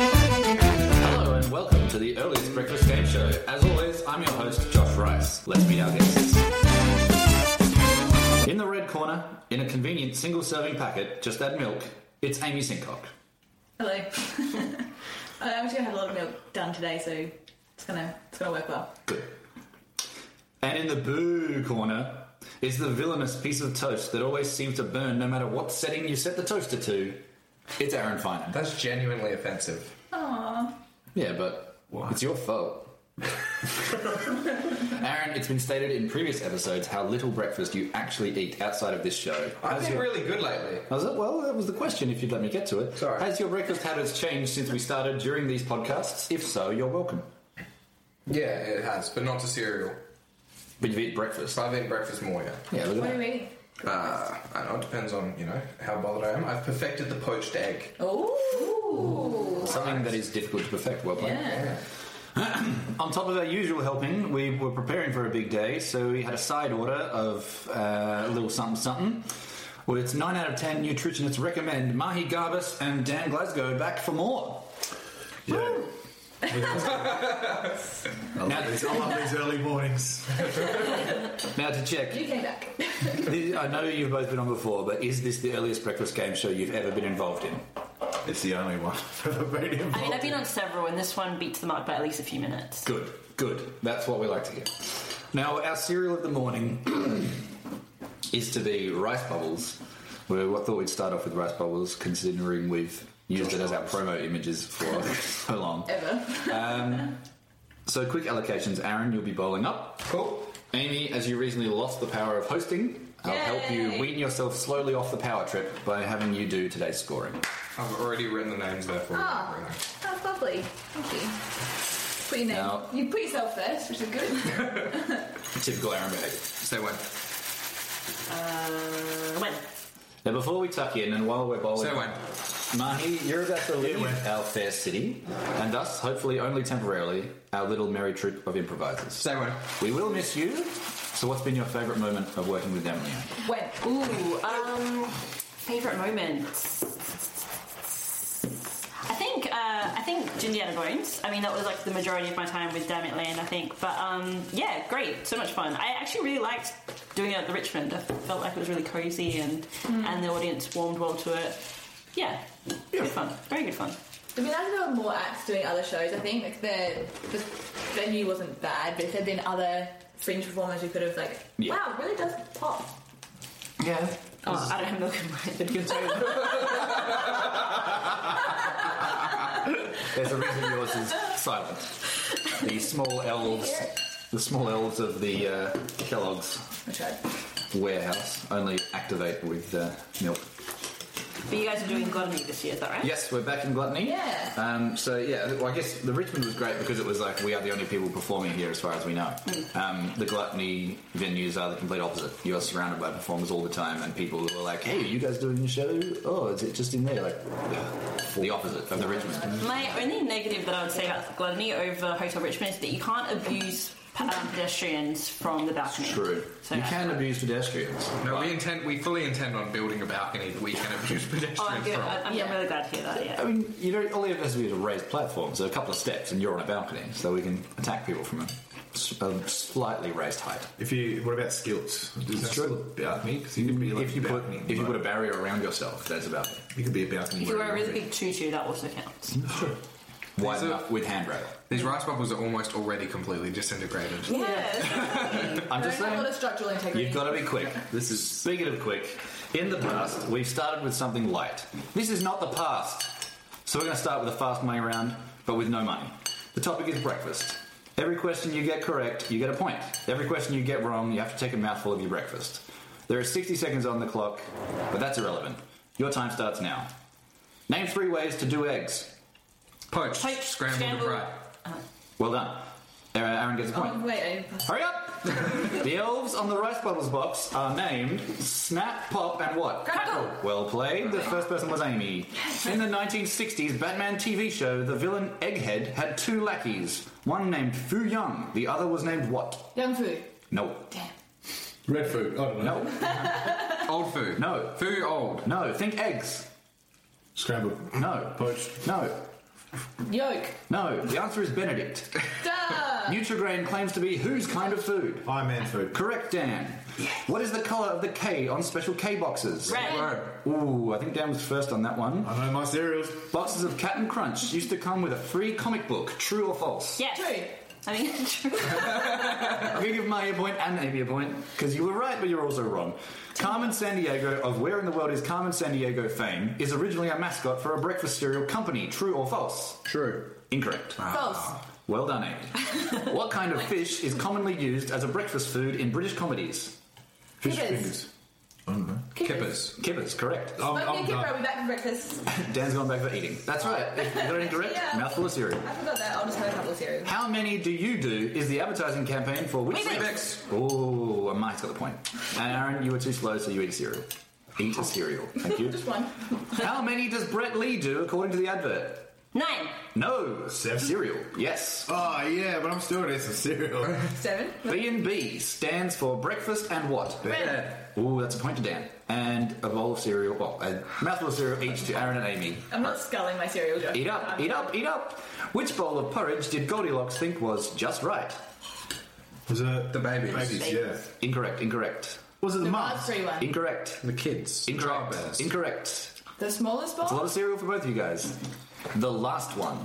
Hello and welcome to the earliest breakfast game show. As always, I'm your host, Josh Rice. Let's meet our guests. In the red corner, in a convenient single serving packet, just add milk, it's Amy Sincock. Hello. I actually had a lot of milk done today, so it's gonna it's gonna work well. Good. And in the boo corner is the villainous piece of toast that always seems to burn no matter what setting you set the toaster to. It's Aaron Finan. That's genuinely offensive. Aww. Yeah, but it's your fault. Aaron, it's been stated in previous episodes how little breakfast you actually eat outside of this show. I've been really good lately. I was like, well, that was the question, if you'd let me get to it. Sorry. Has your breakfast habits changed since we started during these podcasts? If so, you're welcome. Yeah, it has, but not to cereal. But you've eaten breakfast. So I've eaten breakfast more, yeah. Yeah, look What at are that. you eating? Uh, I don't know, it depends on, you know, how bothered I am. I've perfected the poached egg. Ooh. Something that is difficult to perfect, well played. Yeah. On top of our usual helping, we were preparing for a big day, so we had a side order of uh, a little something something. Well, it's 9 out of 10 nutritionists recommend Mahi Garbus and Dan Glasgow back for more. Yeah. I Now- love, these, I love these early mornings. Now, to check, You came back. th- I know you've both been on before, but is this the earliest breakfast game show you've ever been involved in? It's the only one I've ever been involved. I mean, I've been in. on several, and this one beats the mark by at least a few minutes. Good, good. That's what we like to hear. Now, our cereal of the morning is to be rice bubbles. We thought we'd start off with rice bubbles, considering we've used it as our promo images for so long. Ever. So, quick allocations. Aaron, you'll be bowling up. Cool. Amy, as you recently lost the power of hosting, I'll help you Yay. wean yourself slowly off the power trip by having you do today's scoring. I've already written the names there for you. Ah, that's lovely. Thank you. Put your name. Now- You put yourself first, which is good. Typical Aaron behaviour. Say when. Uh, when? Now, before we tuck in, and while we're bowling, Say when. Mahi, you're about to leave our fair city, and thus, hopefully only temporarily, our little merry troop of improvisers. Say when. We will miss you. So, what's been your favourite moment of working with Emily? When? Ooh, um, favorite moments. I think uh, I think Indiana Bones. I mean, that was like the majority of my time with Damn It Land. I think, but um, yeah, great, so much fun. I actually really liked doing it at the Richmond. I felt like it was really cozy and and the audience warmed well to it. Mm. Yeah, good fun, very good fun. It'd be nice if there were more acts doing other shows. I think like the, the venue wasn't bad, but if there'd been other fringe performers, we could have like, Yeah. wow, it really does pop. Yeah. Oh, I don't have milk in my. There's a reason yours is silent. The small elves, the small elves of the uh, Kellogg's I tried. warehouse only activate with uh, milk. But you guys are doing Gluttony this year, is that right? Yes, we're back in Gluttony. Yeah. Um, so yeah, well, I guess the Richmond was great because it was like we are the only people performing here, as far as we know. Um, the Gluttony venues are the complete opposite. You are surrounded by performers all the time, and people who are like, "Hey, are you guys doing a show? Oh, is it just in there?" Like the opposite of the Richmond. My only negative that I would say about Gluttony over Hotel Richmond is that you can't abuse p- um, pedestrians from the balcony. True. So you that's can fine. abuse pedestrians. No, we intend, we fully intend on building a balcony that we can abuse pedestrians Oh, I'm, good. from. I- I'm Yeah. really glad to hear that. I Yeah. mean, you know, all you have to do is a raised platform, so a couple of steps, and you're on a balcony, so we can attack people from a, s- a slightly raised height. If you, what about skills? Is that true. still a balcony? 'Cause you could be like if you put balcony, if you put a like- barrier around yourself, that's about it. you could be a balcony. If you wear a wherever really you big tutu, that also counts. Wide These are- enough with handrail. These rice bubbles are almost already completely disintegrated. Yeah. I'm There just is a lot saying. of structural integrity. You've got to be quick. This is speaking of quick. In the past, we've started with something light. This is not the past. So we're going to start with a fast money round, but with no money. The topic is breakfast. Every question you get correct, you get a point. Every question you get wrong, you have to take a mouthful of your breakfast. There are 60 seconds on the clock, but that's irrelevant. Your time starts now. Name three ways to do eggs. Poached, Poached, scrambled, scrambled. and fried. Well done. Aaron gets a point. Oh, wait, I didn't pass. Hurry up! The elves on the rice bottles box are named Snap, Pop, and what? Crackle. Well played. The first person was Amy. In the 1960s Batman TV show, the villain Egghead had two lackeys. One named Fu Young, the other was named what? Young food. No. Damn. Red food. I don't know. No. Old food. No. Food old. No. Think eggs. Scrambled. No. Poached. No. Yolk. No. The answer is Benedict. Duh. Nutrigrain claims to be whose kind of food? Iron Man food. Correct, Dan. What is the colour of the K on special K boxes? Red. Word. Ooh, I think Dan was first on that one. I know my cereals. Boxes of Cat and Crunch used to come with a free comic book. True or false? Yes. True. I mean, true. I'm gonna give Maya a point and Amy a point because you were right, but you're also wrong. Carmen San Diego of Where in the World is Carmen San Diego fame is originally a mascot for a breakfast cereal company. True or false? True. Incorrect. False. Well done, Amy. what kind of fish is commonly used as a breakfast food in British comedies? Fish Kippers. fingers. I don't know. Kippers. Kippers, correct. I'm, Smoke me a I'm kipper, done. I'll be back for breakfast. Dan's gone back for eating. That's right. You got it incorrect. Yeah. Mouthful of cereal. I forgot that. I'll just have a couple of cereals. How many do you do is the advertising campaign for which Weetabix. Oh, I might got the point. And Aaron, you were too slow, so you eat a cereal. Eat a cereal. Thank you. Just one. How many does Brett Lee do according to the advert? Nine. No, Seven. cereal. Yes. Oh, yeah, but I'm still eating some cereal. Seven. B and B stands for breakfast and what? Red. Ooh, that's a point to Dan. And a bowl of cereal, well, a mouthful of cereal each to Aaron and Amy. I'm not sculling my cereal, Josh. Eat up, eat up, eat up. Which bowl of porridge did Goldilocks think was just right? Was it The babies. babies? Yeah. Incorrect, incorrect, Was it the The Mars mums? three one. incorrect, The kids. incorrect, Childbearers. incorrect. The smallest It's a lot bowl. of cereal for both of you guys. The last one.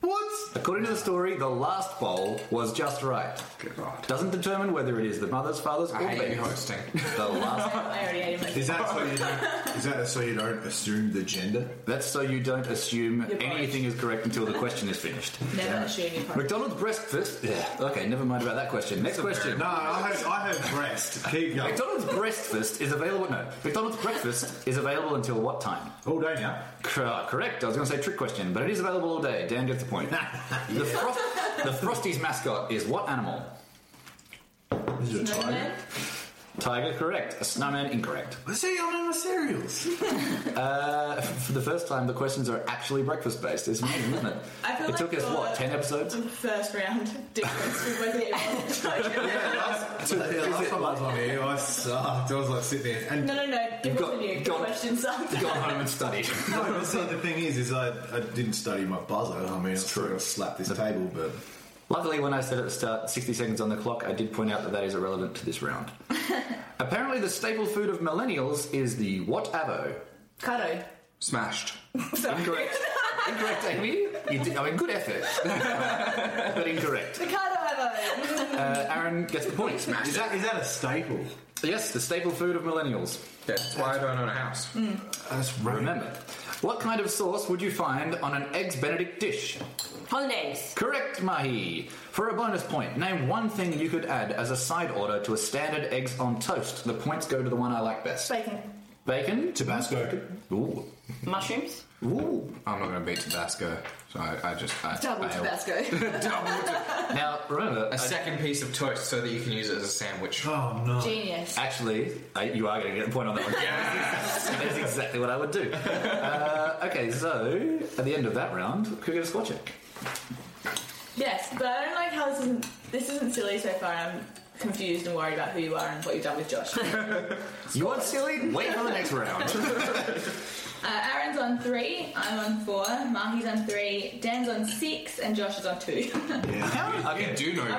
What? According to the story, the last bowl was just right. Good God. Doesn't determine whether it is the mother's, father's, or I hate you baby's. hosting. The last. I already ate them. Is that so you don't? Is that so you don't assume the gender? That's so you don't assume Your porridge. anything is correct until the question is finished. Never assume you can't. McDonald's breakfast. Yeah. Okay, never mind about that question. Next question. No, I have I have breast. Keep going. McDonald's breakfast is available. No, McDonald's breakfast is available until what time? All day now. Cor- Correct. I was going to say trick question, but it is available all day. Dan gets the point. the, Frost, the Frosties mascot is what animal? Is it a tiger? Snowman. Tiger, correct. A snowman, incorrect. Uh, See, I'm out of cereals. For the first time, the questions are actually breakfast based. It's amazing, isn't it? I feel it like took us, what, you're- 10 episodes? First round difference. We both ate one. Last, last time I was on here, I sucked. I was like sitting there, and No, no, no. Give got- us a new got- question. Something. Gone home and studied. No, but see, the thing is, is I, I didn't study my buzzer. I mean, it's true. I slapped this table, but Luckily, when I said at the start 60 seconds on the clock, I did point out that that is irrelevant to this round. Apparently, the staple food of millennials is the what avo. Cardo. Smashed. Sorry. Incorrect. incorrect, Amy. You did, I mean, good effort, but incorrect. The cardo ever. Uh, Aaron gets the point. is that is that a staple? Yes, the staple food of millennials. That's why I don't own a house. Hmm. That's right. Remember, what kind of sauce would you find on an eggs Benedict dish? Hollandaise. Correct, Mahi. For a bonus point, name one thing you could add as a side order to a standard eggs on toast. The points go to the one I like best. Bacon. Bacon. Tabasco. Ooh. Mushrooms. Ooh. I'm not going to beat Tabasco, so I, I just. I, Double I Tabasco. Double to- Now remember, a I- second piece of toast so that you can use it as a sandwich. Oh no. Genius. Actually, I, you are going to get a point on that one. That's exactly what I would do. Uh, okay, so at the end of that round, could we get a score check? Yes, but I don't like how this isn't. This isn't silly so far. and I'm confused and worried about who you are and what you've done with Josh. uh, You want silly? Wait for the next round. Uh, Aaron's on three. I'm on four. Mahi's on three. Dan's on six, and Josh is on two. You do know your I'm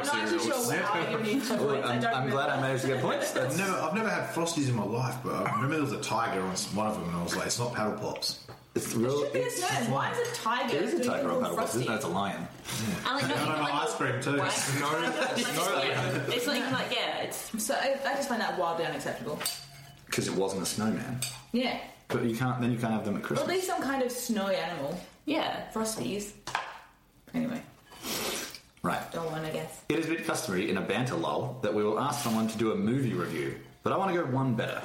not actually cereals. sure how I give you two points. Well, I I'm, don't I'm glad I remember. managed to get points. That's I've never, I've never had Frosties in my life, but I remember there was a tiger on one of them, and I was like, it's not paddle pops. it's real. Should be a snowman. Why is a tiger? It is a doing tiger on something paddleboard, isn't frosty? it? It's a lion. And like, not I even, know my like, ice cream too. wax. No, Yeah. It's not even like, yeah, it's. So I, I just find that wildly unacceptable. Because it wasn't a snowman. Yeah. But you can't. Then you can't have them at Or Christmas. at least some kind of snow animal. Yeah. Frosties. Anyway, Right. don't want, I guess. It has been customary in a banter lull that we will ask someone to do a movie review, but I want to go one better.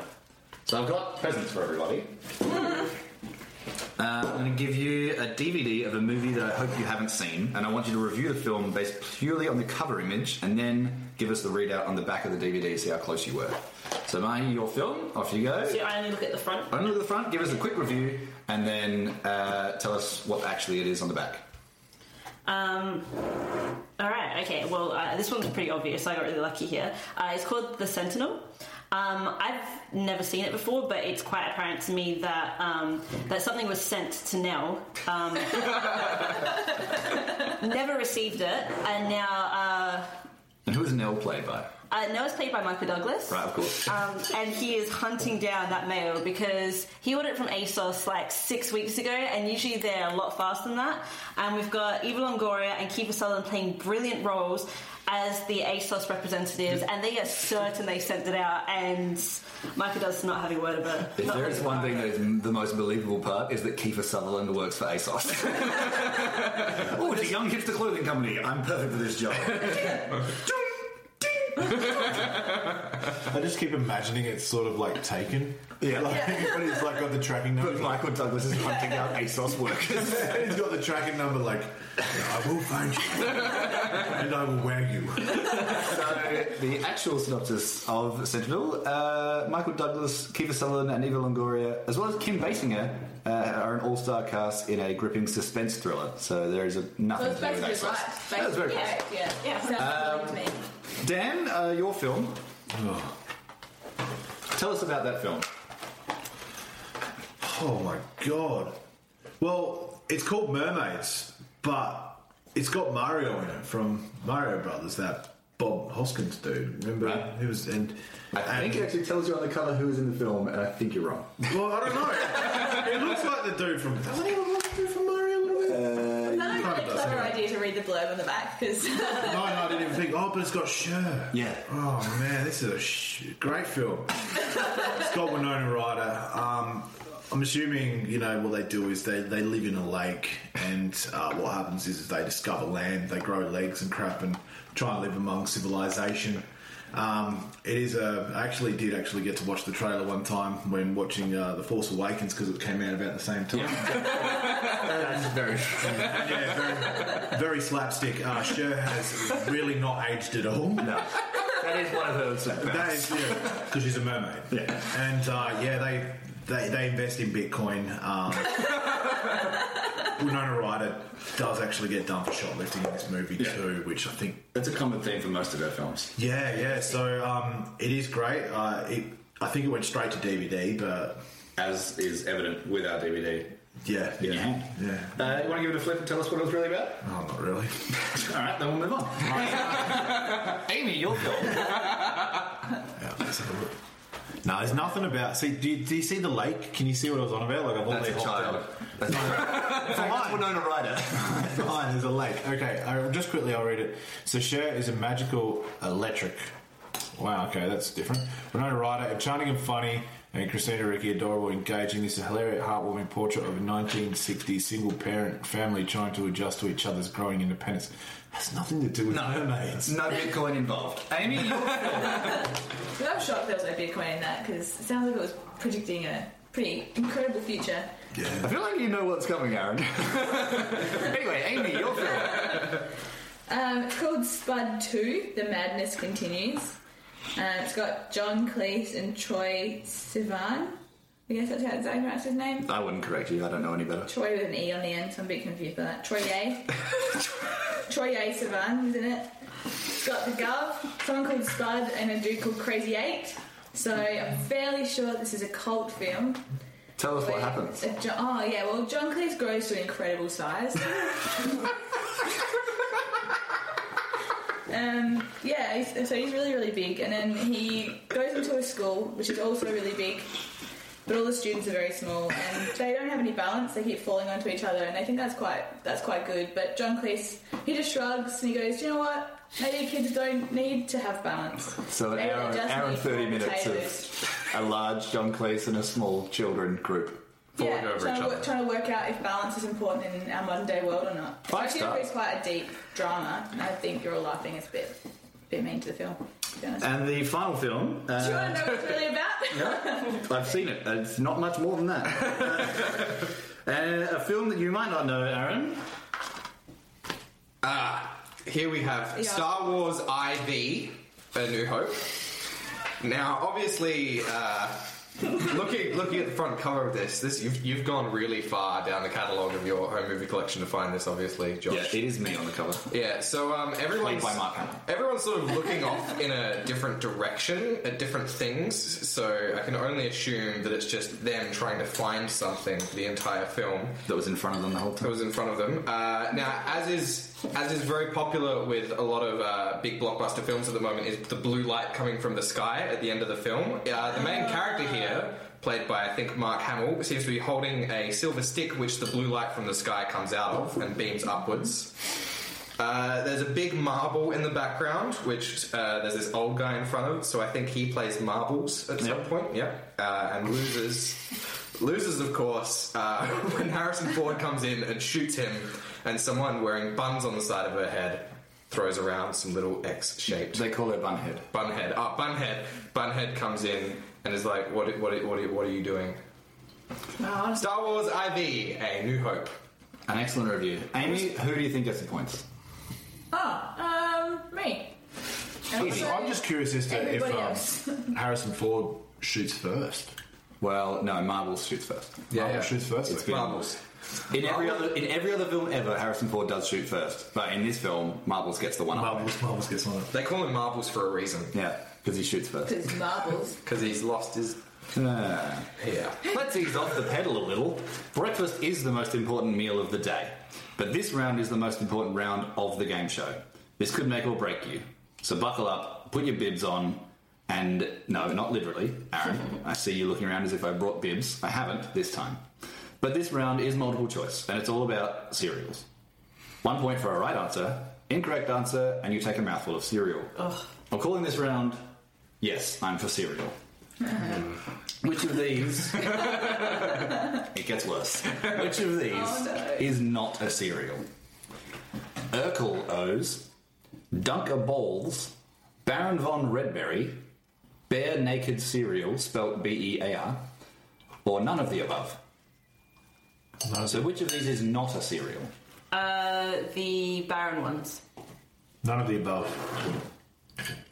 So I've got presents for everybody. Uh, I'm going to give you a DVD of a movie that I hope you haven't seen, and I want you to review the film based purely on the cover image, and then give us the readout on the back of the DVD, see how close you were. So, Mahi, your film, off you go. So I only look at the front. Only look at the front, give us a quick review, and then uh, tell us what actually it is on the back. Um, all right, okay. Well, uh, this one's pretty obvious. I got really lucky here. Uh, it's called The Sentinel. Um, I've never seen it before, but it's quite apparent to me that um, that something was sent to Nell. Um, never received it, and now And who is Nell played by? uh, uh, Nell's played by Michael Douglas. Right, of course. Um, and he is hunting down that mail because he ordered it from ASOS like six weeks ago, and usually they're a lot faster than that. And we've got Eva Longoria and Kiefer Sutherland playing brilliant roles as the ASOS representatives, and they are certain they sent it out, and Michael does not have a word about it. If Not there is having a one word thing about that it. is m- the most believable part is that Kiefer Sutherland works for ASOS. oh, it's a young hipster clothing company. I'm perfect for this job. I just keep imagining it's sort of like taken. Yeah. Like, Yeah. but he's like got the tracking number. But Michael Douglas is hunting out ASOS workers. he's got the tracking number like, I will find you. and I will wear you. So the actual synopsis of Sentinel: uh, Michael Douglas, Kiefer Sutherland, and Eva Longoria, as well as Kim Basinger, uh, are an all-star cast in a gripping suspense thriller. So there is a, So nothing it's to do basically with right. ASOS. That was Basically, very Um, close. yeah, yeah, yeah. Sounds familiar to me. Dan, uh, your film. Oh. Tell us about that film. Oh my god. Well, it's called Mermaids, but it's got Mario in it from Mario Brothers, that Bob Hoskins dude. Remember? Right. He was and I and- think it actually tells you on the cover who is in the film, and I think you're wrong. Well, I don't know. it looks like the dude from doesn't he look like the dude from Mario a little Uh, bit? Kind of kind really of does clever anyway. idea to read the blurb on the back because no, no, I didn't even think. Oh, but it's got Sure. Yeah. Oh man, this is a sh- great film. it's got Winona Ryder. Um, I'm assuming you know what they do is they, they live in a lake, and uh, what happens is, they discover land, they grow legs and crap, and try and live among civilization. Um, it is a. I actually did actually get to watch the trailer one time when watching uh, The Force Awakens because it came out about the same time. Very. Yeah, very, very slapstick. Uh, Sher has really not aged at all. No. That is one of those. That is because she's a mermaid. Yeah. and uh, yeah, they, they they invest in Bitcoin. Um, Winona Ryder does actually get done for shoplifting in this movie too, which I think That's a common theme for most of her films. yeah, yeah. So um, it is great. Uh, it, I think it went straight to DVD, but As is evident with our DVD. yeah, Yeah. yeah. Uh, you want to give it a flip and tell us what it was really about? Oh, not really. All right, then we'll move on. Amy, your film. Yeah, let's have a look. No, there's nothing about. See, do you, do you see the lake? Can you see what I was on about? Like I've That's already a hopped child. out. That's not Winona Ryder. Fine, there's a lake. Okay, I, just quickly I'll read it. So Cher is a magical electric. Wow, okay, that's different. Winona Ryder, enchanting and funny, and Christina Ricci, adorable, engaging. This is a hilarious, heartwarming portrait of a 1960s single parent family trying to adjust to each other's growing independence. Has nothing to do with No. mermaids. No Bitcoin involved. Amy, your- I was shocked there was no Bitcoin in that because it sounds like it was predicting a pretty incredible future. I feel like you know what's coming, Aaron. anyway, Amy, your film. Um, it's called Spud 2 The Madness Continues. Um, it's got John Cleese and Troy Sivan. I guess that's how Zach pronounces his name. I wouldn't correct you. I don't know any better. Troy with an E on the end, so I'm a bit confused by that. Troy A. Troy A. Sivan, isn't it? It's got the Gov, someone called Spud, and a dude called Crazy Eight. So I'm fairly sure this is a cult film. Tell us what Where happens. a Jo- oh yeah, well John Cleese grows to an incredible size. um, yeah, he's, so he's really really big, and then he goes into a school which is also really big, but all the students are very small and they don't have any balance. They keep falling onto each other, and they think that's quite that's quite good. But John Cleese he just shrugs and he goes, Do you know what? Maybe kids don't need to have balance. So an Maybe hour, it does hour and need 30 more minutes potatoes." of a large John Cleese and a small children group. Falling yeah, over trying each to, other. work, trying to work out if balance is important in our modern day world or not. Five It's star. actually quite a deep drama, and I think you're all laughing. It's a bit, bit mean to the film. To be honest. And the final film. Do you Uh, want to know what it's really about? I've seen it. It's not much more than that. Uh, a film that you might not know, Aaron. Ah, Here we have Yeah. Star Wars IV, A New Hope. Now, obviously, uh, looking looking at the front cover of this, this you've, you've gone really far down the catalogue of your home movie collection to find this, obviously, Josh. Yeah, it is me on the cover. Yeah, so um, everyone's by Mark Hamill. everyone's sort of looking off in a different direction at different things. So I can only assume that it's just them trying to find something for the entire film That was in front of them the whole that time. was in front of them. Uh, now, as is as is very popular with a lot of uh, big blockbuster films at the moment, is the blue light coming from the sky at the end of the film. Uh, the main character here, played by I think Mark Hamill, seems to be holding a silver stick, which the blue light from the sky comes out of and beams upwards. Uh, there's a big marble in the background, which uh, there's this old guy in front of, so I think he plays marbles at some Yep. point. Yep, uh, and loses. Loses, of course, uh, when Harrison Ford comes in and shoots him, and someone wearing buns on the side of her head throws around some little X-shaped They call her Bunhead. bunhead. Ah, bunhead. Bunhead comes in and is like, "What? What? What? What are you doing?" Star Wars IV: A New Hope. An excellent review. Amy, who do you think gets the points? Oh, um, me. And also- I'm just curious as to if Everybody else. um, Harrison Ford shoots first. Well, no, Marbles shoots first. Yeah, Marvel yeah. shoots first. It's okay. been- In every other in every other film ever, Harrison Ford does shoot first, but in this film, Marbles gets the one up. Marvel's, Marvel's gets on it. They call him Marbles for a reason Yeah, because he shoots first. Because marbles. because he's lost his. Ah. Yeah. Let's ease off the pedal a little. Breakfast is the most important meal of the day, but this round is the most important round of the game show. This could make or break you. So buckle up, put your bibs on, and no, not literally, Aaron. I see you looking around as if I brought bibs. I haven't this time. But this round is multiple choice, and it's all about cereals. One point for a right answer, incorrect answer, and you take a mouthful of cereal. I'm calling this round, yes, I'm for cereal. Which of these? it gets worse. Which of these Oh, no. is not a cereal? Urkel O's, Dunker Balls, Baron von Redberry, Bare Naked Cereal, spelt B E A R, or none of the above. So, which of these is not a cereal? Uh, the barren ones. None of the above.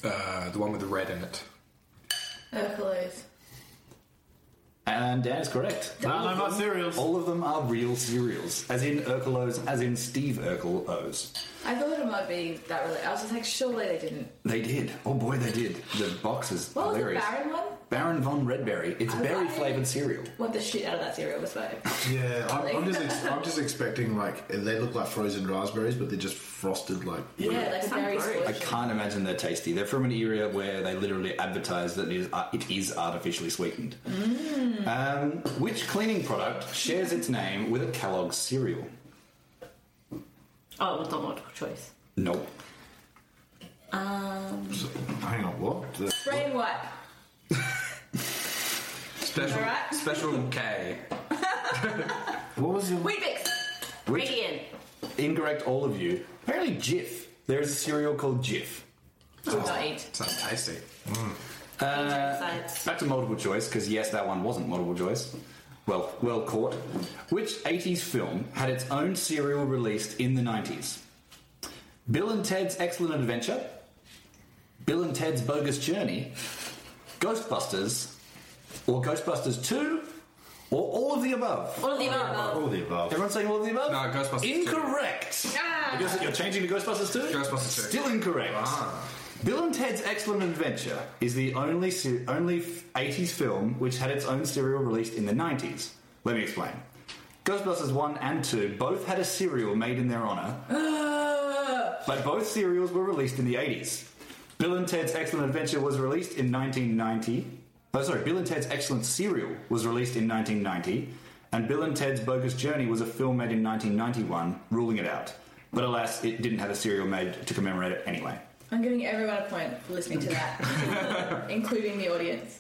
Uh, the one with the red in it. Hercules. And Dan is correct. No, no, not cereals. All of them are real cereals, as in Urkel O's, as in Steve Urkel O's. I thought it might be that really. I was just like, surely they didn't. They did. Oh boy, they did. The box is What was Oh, the hilarious. barren one? Baron von Redberry. It's I- berry flavored cereal. What the shit out of that cereal was like. Yeah, I'm, I'm just ex- I'm just expecting like they look like frozen raspberries, but they're just frosted like. yeah, like a Some very fruit. I squishy. can't imagine they're tasty. They're from an area where they literally advertise that it is, uh, it is artificially sweetened. Um, which cleaning product shares its name with a Kellogg's cereal? Oh, it was not multiple choice. Nope. So- hang on, what? The- Brain wipe. Special. Alright. Special K. what was the? Wheat mix. Which- Radiant. Incorrect, all of you. Apparently, Jif. There is a cereal called Jif. Would not eat. Sounds tasty. Science. Back to multiple choice, because yes, that one wasn't multiple choice. Well, well caught. Which 80s film had its own serial released in the 90s? Bill and Ted's Excellent Adventure, Bill and Ted's Bogus Journey, Ghostbusters, or Ghostbusters 2, or all of the above? All of the above. All of the above. Everyone saying all of the above? No, Ghostbusters 2. Incorrect! Ah! Because you're changing to Ghostbusters 2? Ghostbusters Ah. 2. Still incorrect. Bill and Ted's Excellent Adventure is the only se- only f- 80s film which had its own serial released in the 90s. Let me explain. Ghostbusters 1 and 2 both had a serial made in their honor, Ah! but both serials were released in the 80s. Bill and Ted's Excellent Adventure was released in 1990. Oh, sorry, Bill and Ted's Excellent Serial was released in 1990, and Bill and Ted's Bogus Journey was a film made in 1991, ruling it out. But alas, it didn't have a serial made to commemorate it anyway. I'm giving everyone a point for listening to that, including the audience.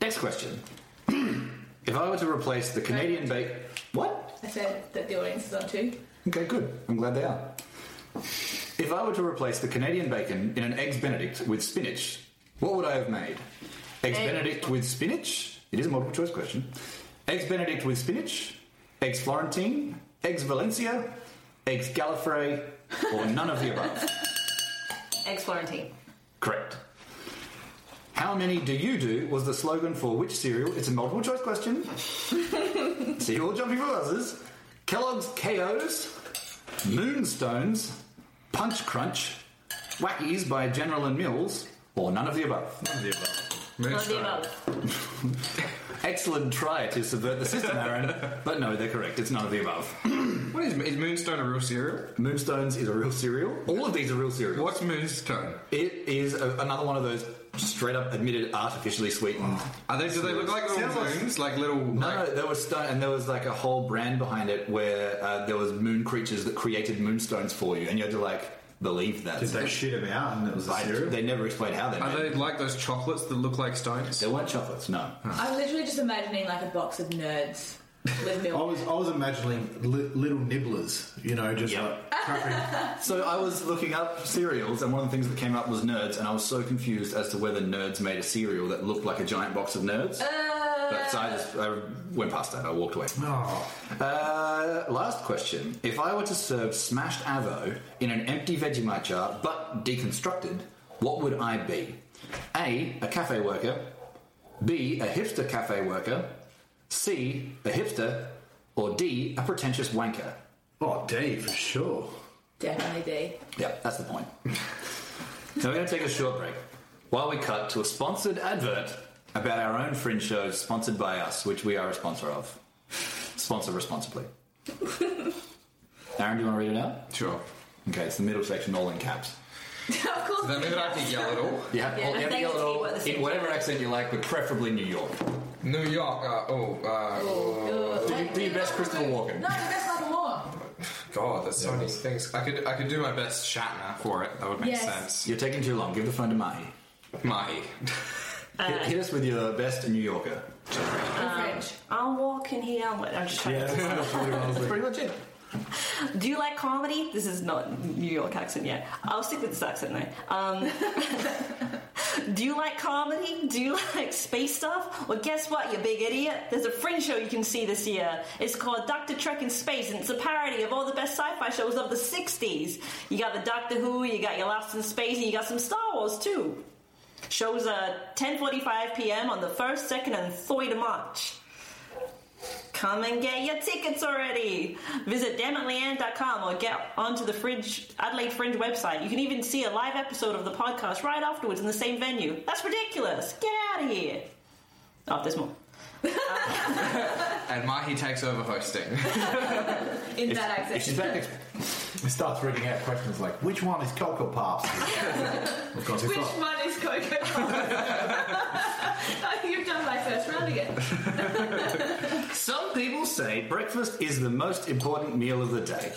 Next question. if I were to replace the Canadian bake. What? I said that the audience is on too. Okay, good. I'm glad they are. If I were to replace the Canadian bacon in an Eggs Benedict with spinach, what would I have made? Eggs Egg- Benedict with spinach? It is a multiple choice question. Eggs Benedict with spinach? ex Florentine, ex Valencia, ex Gallifrey, or none of the above? Ex Florentine. Correct. How many do you do was the slogan for which cereal? It's a multiple choice question. so you're all jumping for buzzers. Kellogg's KOs, Moonstones, Punch Crunch, Wackies by General and Mills, or none of the above. None of the above. Excellent try to subvert the system, Aaron. but no, they're correct. It's none of the above. What is, is Moonstone a real cereal? Moonstones is a real cereal. All of these are real cereals. What's Moonstone? It is a, another one of those straight up admitted artificially sweetened. Are they? Do they look like little Sounds like- moons? Like little? No, like, no, there was stone, and there was like a whole brand behind it where uh, there was moon creatures that created moonstones for you, and you had to like believe that. Did they shit him out and it was a I- cereal? they never explained how they Are made. they it. like those chocolates that look like stones? There weren't chocolates, no. I'm literally just imagining like a box of nerds with I milk. was I was imagining li- little nibblers, you know, just Yep. like crapping. So I was looking up cereals, and one of the things that came up was nerds, and I was so confused as to whether nerds made a cereal that looked like a giant box of nerds. But so I just I went past that. I walked away. Oh, Uh, last question. If I were to serve smashed avo in an empty Vegemite jar, but deconstructed, what would I be? A. A cafe worker. B. A hipster cafe worker. C. A hipster. Or D. A pretentious wanker. oh, D for sure. Definitely D. Yep, that's the point. so we're going to take a short break while we cut to a sponsored advert about our own fringe show sponsored by us, which we are a sponsor of. Sponsor responsibly. Aaron, do you want to read it out? Sure. Okay, it's the middle section, all in caps. of course. Then maybe I have to yell at all. You have Yeah, all, I you have to think yell it's it all keyword the in same. whatever accent you like, but preferably New York. New York. Uh, oh, uh, Do, you, do your best, Christopher Walken. No, that's not the law. God, there's so many things. I could I could do my best Shatner for it. That would make Yes. You're taking too long. Give the phone to Marty. sense. My hit, hit us with your best New Yorker. French. I'm walking here. I'm I'm just trying to. That's pretty much it. Do you like comedy? This is not New York accent yet. I'll stick with this accent though. Um, do you like comedy? Do you like space stuff? Well, guess what, you big idiot? There's a fringe show you can see this year. It's called Doctor Trek in Space, and it's a parody of all the best sci-fi shows of the '60s. You got the Doctor Who, you got your Lost in Space, and you got some Star Wars too. Shows uh 10:45 p.m. on the first, second, and third of March. Come and get your tickets already. Visit dammitleanne.com or get onto the Fringe Adelaide Fringe website. You can even see a live episode of the podcast right afterwards in the same venue. That's ridiculous. Get out of here. Oh, there's more. and Mahi takes over hosting. In If- that if she's accent. back next It starts reading out questions like, Which one is Cocoa Pops? I've gone too Which far. one is Coco? I think Oh, you've done my first round again. Some people say breakfast is the most important meal of the day.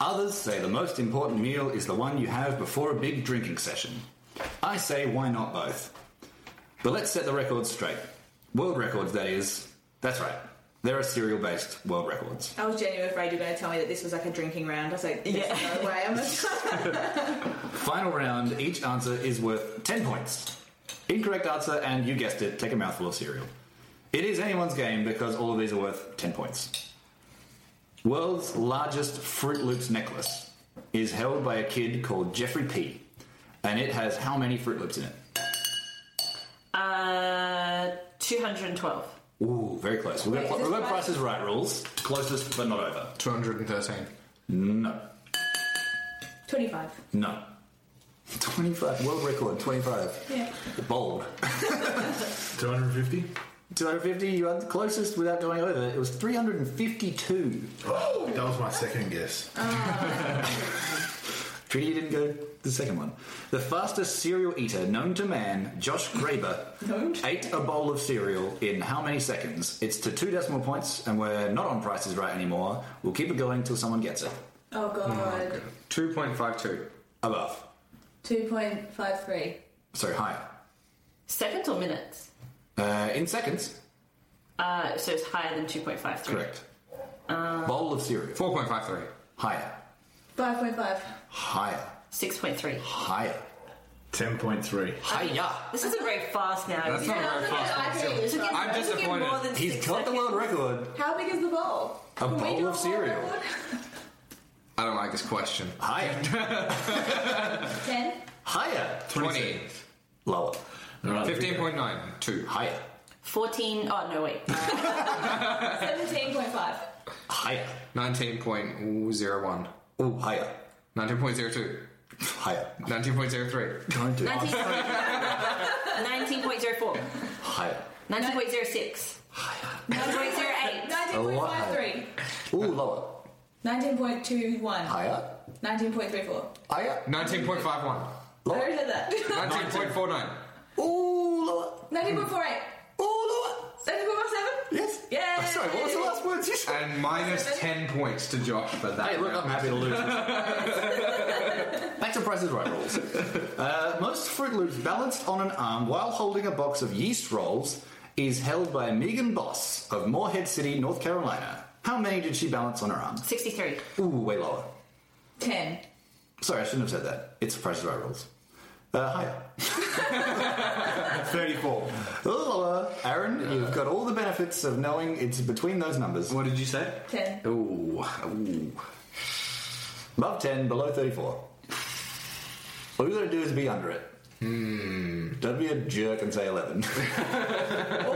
Others say the most important meal is the one you have before a big drinking session. I say, why not both? But let's set the records straight. World records, that is. That's right. There are cereal based world records. I was genuinely afraid you were going to tell me that this was like a drinking round. I was like, there's Yeah. no way. I'm not. Final round, each answer is worth 10 points. Incorrect answer, and you guessed it, take a mouthful of cereal. It is anyone's game because all of these are worth 10 points. World's largest Fruit Loops necklace is held by a kid called Jeffrey P. And it has how many Fruit Loops in it? Uh, 212. Ooh, very close. We've got, Wait, is we've this got right? Price is Right rules. Closest, but not over. Two hundred and thirteen. No. 25. No. 25. World record, 25. Yeah. Bold. 250? 250, you are the closest without going over. It was 352. That was my second guess. Uh. Pretty you didn't go the second one. The fastest cereal eater known to man, Josh Graber, Known to- ate a bowl of cereal in how many seconds? It's to two decimal points, and we're not on prices right anymore. We'll keep it going till someone gets it. Oh, God. Two point five two. Above. 2.53. So higher. Seconds or minutes? Uh, in seconds? Uh, so it's higher than 2.53. Correct. Uh, bowl of cereal. Four point five three. Higher. 5.5. Higher. 6.3. Higher. Ten point three. Hiya! This isn't very fast now. That's not Yeah, very look at- fast. I think it's fast. I'm disappointed. He's got the world record. How big is the bowl? A Can we bowl do of cereal. record? I don't like this question. Hiya. Ten. Hiya. 20. Lower. Alright, 15.9. 2. Hiya. 14. Oh, no, wait. Seventeen point five. Hiya. 19.01. Ooh, hiya. 19.02. Hiya. 19.03. Don't do it. 19, 19.04. Hiya. 19.06. 19.08. Nineteen point five three. Ooh, lower. Nineteen point two one. Hiya. Nineteen point three four. Hiya. 19.51. I already said that. 19.49. Ooh, lower. Nineteen point four eight. Ooh, lower. Seventeen point one seven. Yes. Yay. I'm sorry, what was the last words you said? And minus 10 points to Josh for that. Hey, look, I'm happy to lose. Back to prices right rules. Uh, most Fruit Loops balanced on an arm while holding a box of yeast rolls is held by Megan Boss of Moorhead City, North Carolina. How many did she balance on her arm? 63. Ooh, way lower. Ten. Sorry, I shouldn't have said that. It's prices right rules. Uh, higher. Thirty-four. A little lower. Aaron, you've got all the benefits of knowing it's between those numbers. What did you say? Ten. Ooh, ooh. Above 10, below 34. All you gotta do is be under it. Hmm. Don't be a jerk and say 11. Or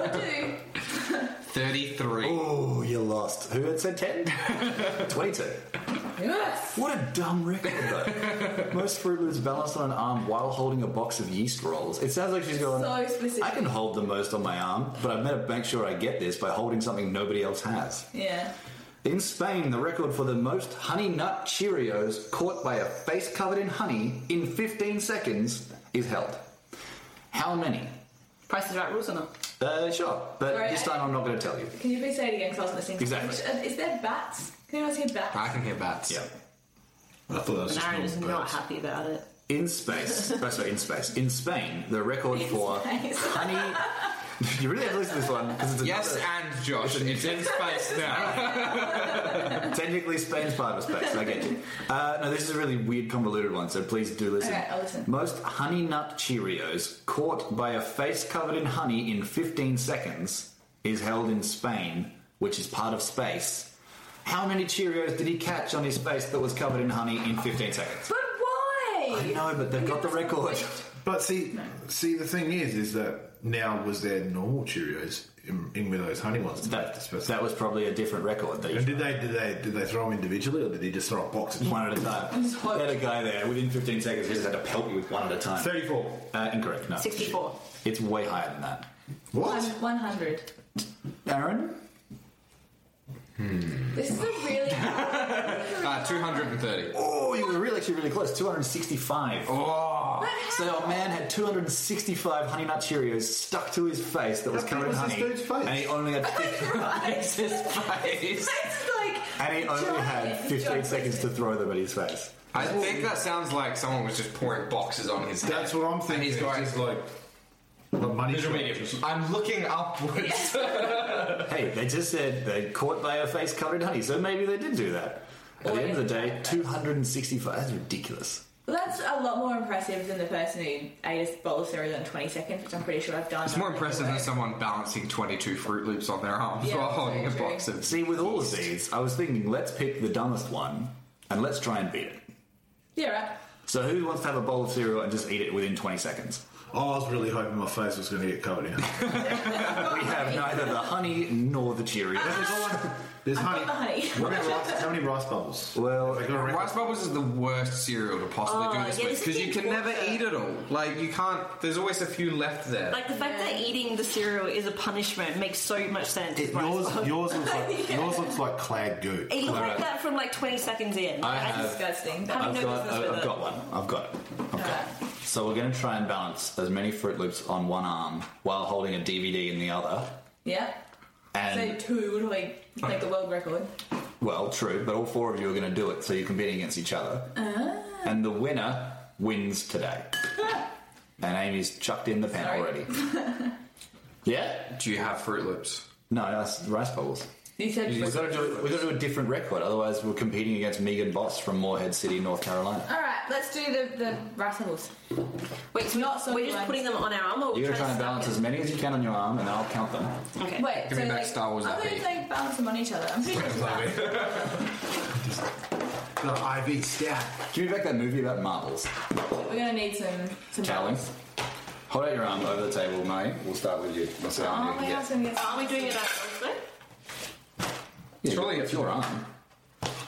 two. 33. oh, you lost. Who had said 10? 22. Yes. What a dumb record, though. Most Fruit Loops balanced on an arm while holding a box of yeast rolls. It sounds like she's going, So specific. I can hold the most on my arm, but I've better make sure I get this by holding something nobody else has. Yeah. In Spain, the record for the most honey nut Cheerios caught by a face covered in honey in 15 seconds is held. How many? Price is right rules or not? Uh, sure, but Sorry, this I- time I'm not going to tell you. Can you please say it again? Because I was listening. Exactly. Uh, Is there bats? Can anyone else hear bats? I can hear bats. Yeah. I thought that was just Aaron is normal not birds. happy about it. In space, oh, sorry, in space. In Spain, the record for space. honey. you really have to listen to this one because it's Yes, another- and Josh. It's in space now. Technically, Spain's part of space. I get you. Uh, no, this is a really weird, convoluted one, so please do listen. Okay, I'll listen. Most honey nut Cheerios caught by a face covered in honey in 15 seconds is held in Spain, which is part of space. How many Cheerios did he catch on his face that was covered in honey in 15 seconds? But why? I know, but they've got the record. But see, see, the thing is, is that now was there normal Cheerios in, in with those honey ones? That, that was probably a different record. That and you did they did they did they throw them individually, or did he just throw a box? At one at a time. They had a guy there within 15 seconds. He just had to pelt you with one at a time. Thirty-four. Uh, incorrect. No, 64. it's way higher than that. What? One one hundred. Aaron, This is a really. Uh, 230. Oh, you were really actually really close. 265. Oh. So our man had 265 Honey Nut Cheerios stuck to his face that was How covered big in was honey, this dude's face? and he only had Right. his face, It's like. and he only giant- had 15 giant seconds to throw them at his face. I think that sounds like someone was just pouring boxes on his head. That's what I'm thinking. And he's going, it's just like the money. shot. I'm looking upwards. Hey, they just said they caught by a face covered in honey, so maybe they did do that. At the end of the day, 265. That's ridiculous. Well, that's a lot more impressive than the person who ate a bowl of cereal in 20 seconds, which I'm pretty sure I've done. It's more impressive than someone balancing 22 Fruit Loops on their arms Yeah, while that's holding a very box of. See, with all of these, I was thinking let's pick the dumbest one and let's try and beat it. Yeah, right. So, who wants to have a bowl of cereal and just eat it within 20 seconds? Oh, I was really hoping my face was going to get covered in. honey. We have neither the honey nor the Ah. Cheerios. There's I've honey. got the honey. How many rice- how many rice bubbles? Well, They got a record. Rice Bubbles is the worst cereal to possibly Oh, do this yeah, with this because you is can water. never eat it all. Like, you can't. There's always a few left there. Like the fact that eating the cereal is a punishment makes so much sense. It- Right. yours, yours looks like yours looks like cloud goo. It looked like that from like 20 seconds in. I Like, have- Disgusting. I I've have no got, business I've, with I've it. got one. I've got it. I've got it. Alright. So we're going to try and balance as many Fruit Loops on one arm while holding a DVD in the other. Yeah. So And two would like make the world record. well, true, but all four of you are going to do it, so you can compete against each other. And the winner wins today. and Amy's chucked in the pan Sorry. already. yeah? do you have Fruit Loops? No, that's rice bubbles. You said We've got to do we've got to do a different record, otherwise we're competing against Megan Boss from Moorhead City, North Carolina. All right. right, let's do the, the rice levels. Wait, so Not not so so we're just lines. putting them on our arm, or You're gonna we're try and balance as many as you can on your arm, and I'll count them. Okay. Wait, Give so me back like, Star Wars I IP. believe they balance them on each other. I'm pretty sure. it's not. The IV stat. Give me back that movie about marbles. We're gonna need some some Cowling. balance. Hold out your arm over the table, mate. We'll start with you. That's Oh how my you can god, it's get. gonna get. Aren't we doing it ourselves though? Yeah, Surely it's your arm.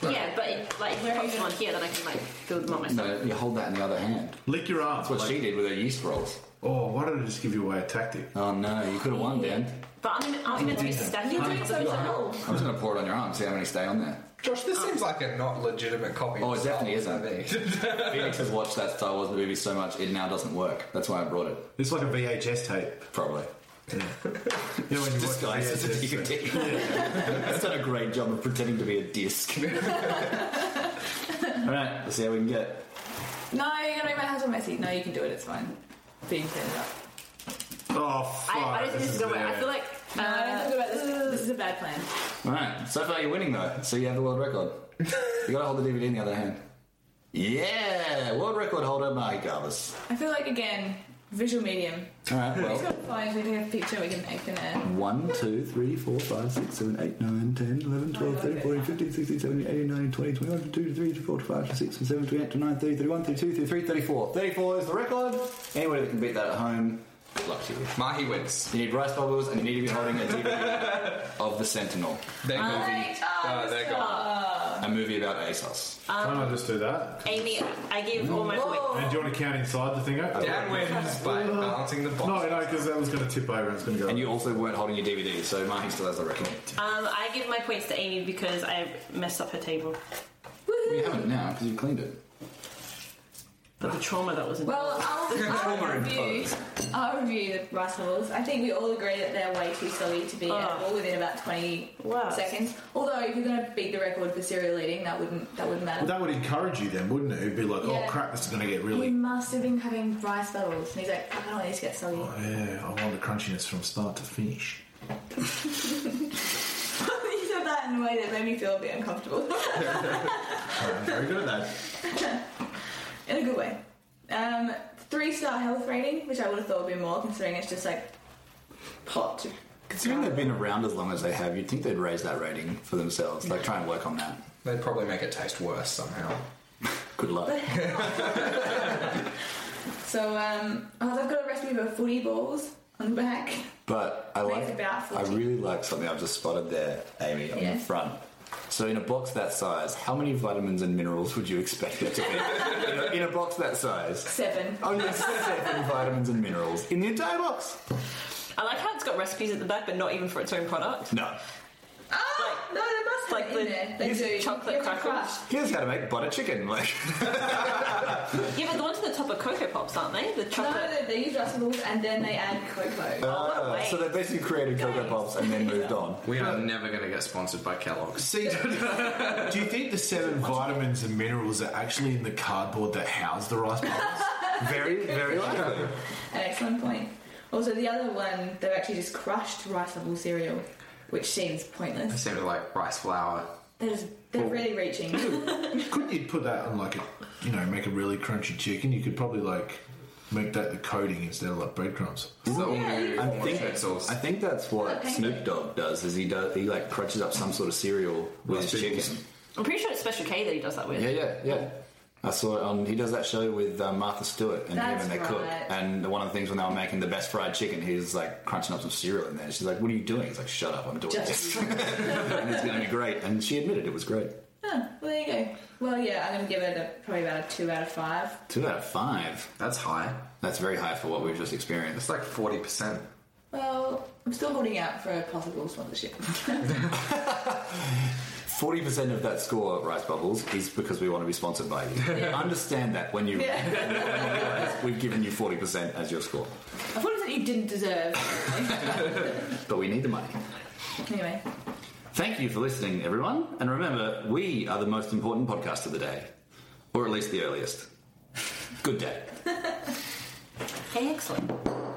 Yeah, but it, like if you Where are pop you them on here, then I can like build them on myself. No, you hold that in the other hand. Lick your arm. That's what she did with her yeast rolls. Oh, why did I just give you away a tactic? Oh no, you could have won, Dan. But aren't we, aren't we meant to be stacking You're them? doing so well. I'm just gonna pour it on your arm, see how many stay on there. Josh, this seems like a not legitimate copy. Oh, it of Star definitely Wars isn't. TV. Phoenix has watched that Star Wars movie so much it now doesn't work. That's why I brought it. It's like a VHS tape. Probably. You know when you watch the Disguised as a VHS tape. DVD. That's done a great job of pretending to be a disc. Alright, let's see how we can get. No, you don't even have to messy. No, you can do it. It's fine. Being turned up. Oh, fuck. I, I don't think this is gonna work. I bad. feel like No, I don't uh, think about this. This is a bad plan. Alright, so far you're winning though, so you have the world record. You gotta hold the DVD in the other hand. Yeah! World record holder Mark Garvis. I feel like again, visual medium. Alright, It's well. got fine. We can have a picture. We can make an air. 1, 2, 3, 4, 5, 6, 7, 8, 9, 10, 11, 12, 13, 14, 15, 16, 17, 18, 19, 20, 21, 22, 23, 24, 25, 26, 27, 28, 29, 30, 31, 32, 33, 34. 34 is the record. Anybody that can beat that at home, good luck to you. Mahi wins. You need rice bubbles and you need to be holding a DVD of The Sentinel, That movie. Ah, Uh, that guy. a movie about ASOS. Can't I just do that? Amy, I give all my points. And do you want to count inside the thingo? Dan wins by balancing the box. No, no, because that was going to tip over and it's going to go. And you also weren't holding your DVD, so Marty still has the record. Um, I give my points to Amy because I messed up her table. You haven't now because you've cleaned it. But the trauma that was in Well, I'll, trauma I'll review. imposed. I'll review the rice levels. I think we all agree that they're way too silly to be Oh. at all within about twenty Wow. seconds. Although, if you're going to beat the record for serial eating, that wouldn't that wouldn't matter. Well, that would encourage you then, wouldn't it? It'd be like, Yeah. oh crap, this is going to get He really. must have been having rice bubbles. And he's like, I don't want these to get soggy. Yeah, I want the crunchiness from start to finish. he said that in a way that made me feel a bit uncomfortable. I'm very good at that. in a good way. Um, three star health rating, which I would have thought would be more considering it's just like pot. to- Considering they've been around as long as they have, you'd think they'd raise that rating for themselves. Like, try and work on that. They'd probably make it taste worse somehow. Good luck. So, um, oh, they've got a recipe for footy balls on the back. But I Makes like, about I 40. really like something I've just spotted there, Amy, on Yeah. the front. So in a box that size, how many vitamins and minerals would you expect there to be? in, a, in a box that size, Seven. only seven vitamins and minerals in the entire box. I like how it's got recipes at the back, but not even for its own product. No. Oh, no, they must have like it in the- there. They these do. chocolate You have to crackers. crush. Here's how to make butter chicken. Like, Yeah, but the ones at the top are Cocoa Pops, aren't they? The No, chocolate. Oh, they, they use rice balls and then they add cocoa. what a Uh, waste. so they basically created Cocoa Pops and then moved on. We are never going to get sponsored by Kellogg's. See, do you think the seven vitamins and minerals are actually in the cardboard that housed the rice bubbles? Very, very likely. An excellent point. Also, the other one, they've actually just crushed rice level cereal, which seems pointless. Seemed like rice flour. They're, just, they're really reaching. Couldn't you put that on like a, you know, make a really crunchy chicken? You could probably like make that the coating instead of like breadcrumbs. It's the Yeah, new you I can think, do it. sauce. I think that's what Okay. Snoop Dogg does. Is he does he like crunches up some sort of cereal with his chicken. chicken. I'm pretty sure it's Special K that he does that with. Yeah, yeah, yeah. I saw it on. He does that show with uh, Martha Stewart and That's him, and they cook. right. And one of the things when they were making the best fried chicken, he was like crunching up some cereal in there. She's like, "What are you doing?" He's like, "Shut up, I'm doing Just- this, and it's going to be great." And she admitted it was great. Huh, well, there you go. Well, yeah, I'm going to give it a, probably about a 2 out of 5. Two out of five. That's high. That's very high for what we've just It's experienced. like 40%. Well, I'm still holding out for a possible sponsorship. Forty percent of that score, Rice Bubbles, is because we want to be sponsored by you. Understand that when you yeah. we've given you forty percent as your score, I thought it was that you didn't deserve. but we need the money. anyway, Thank you for listening, everyone. And remember, we are the most important podcast of the day, or at least the earliest. Good day. Hey, excellent.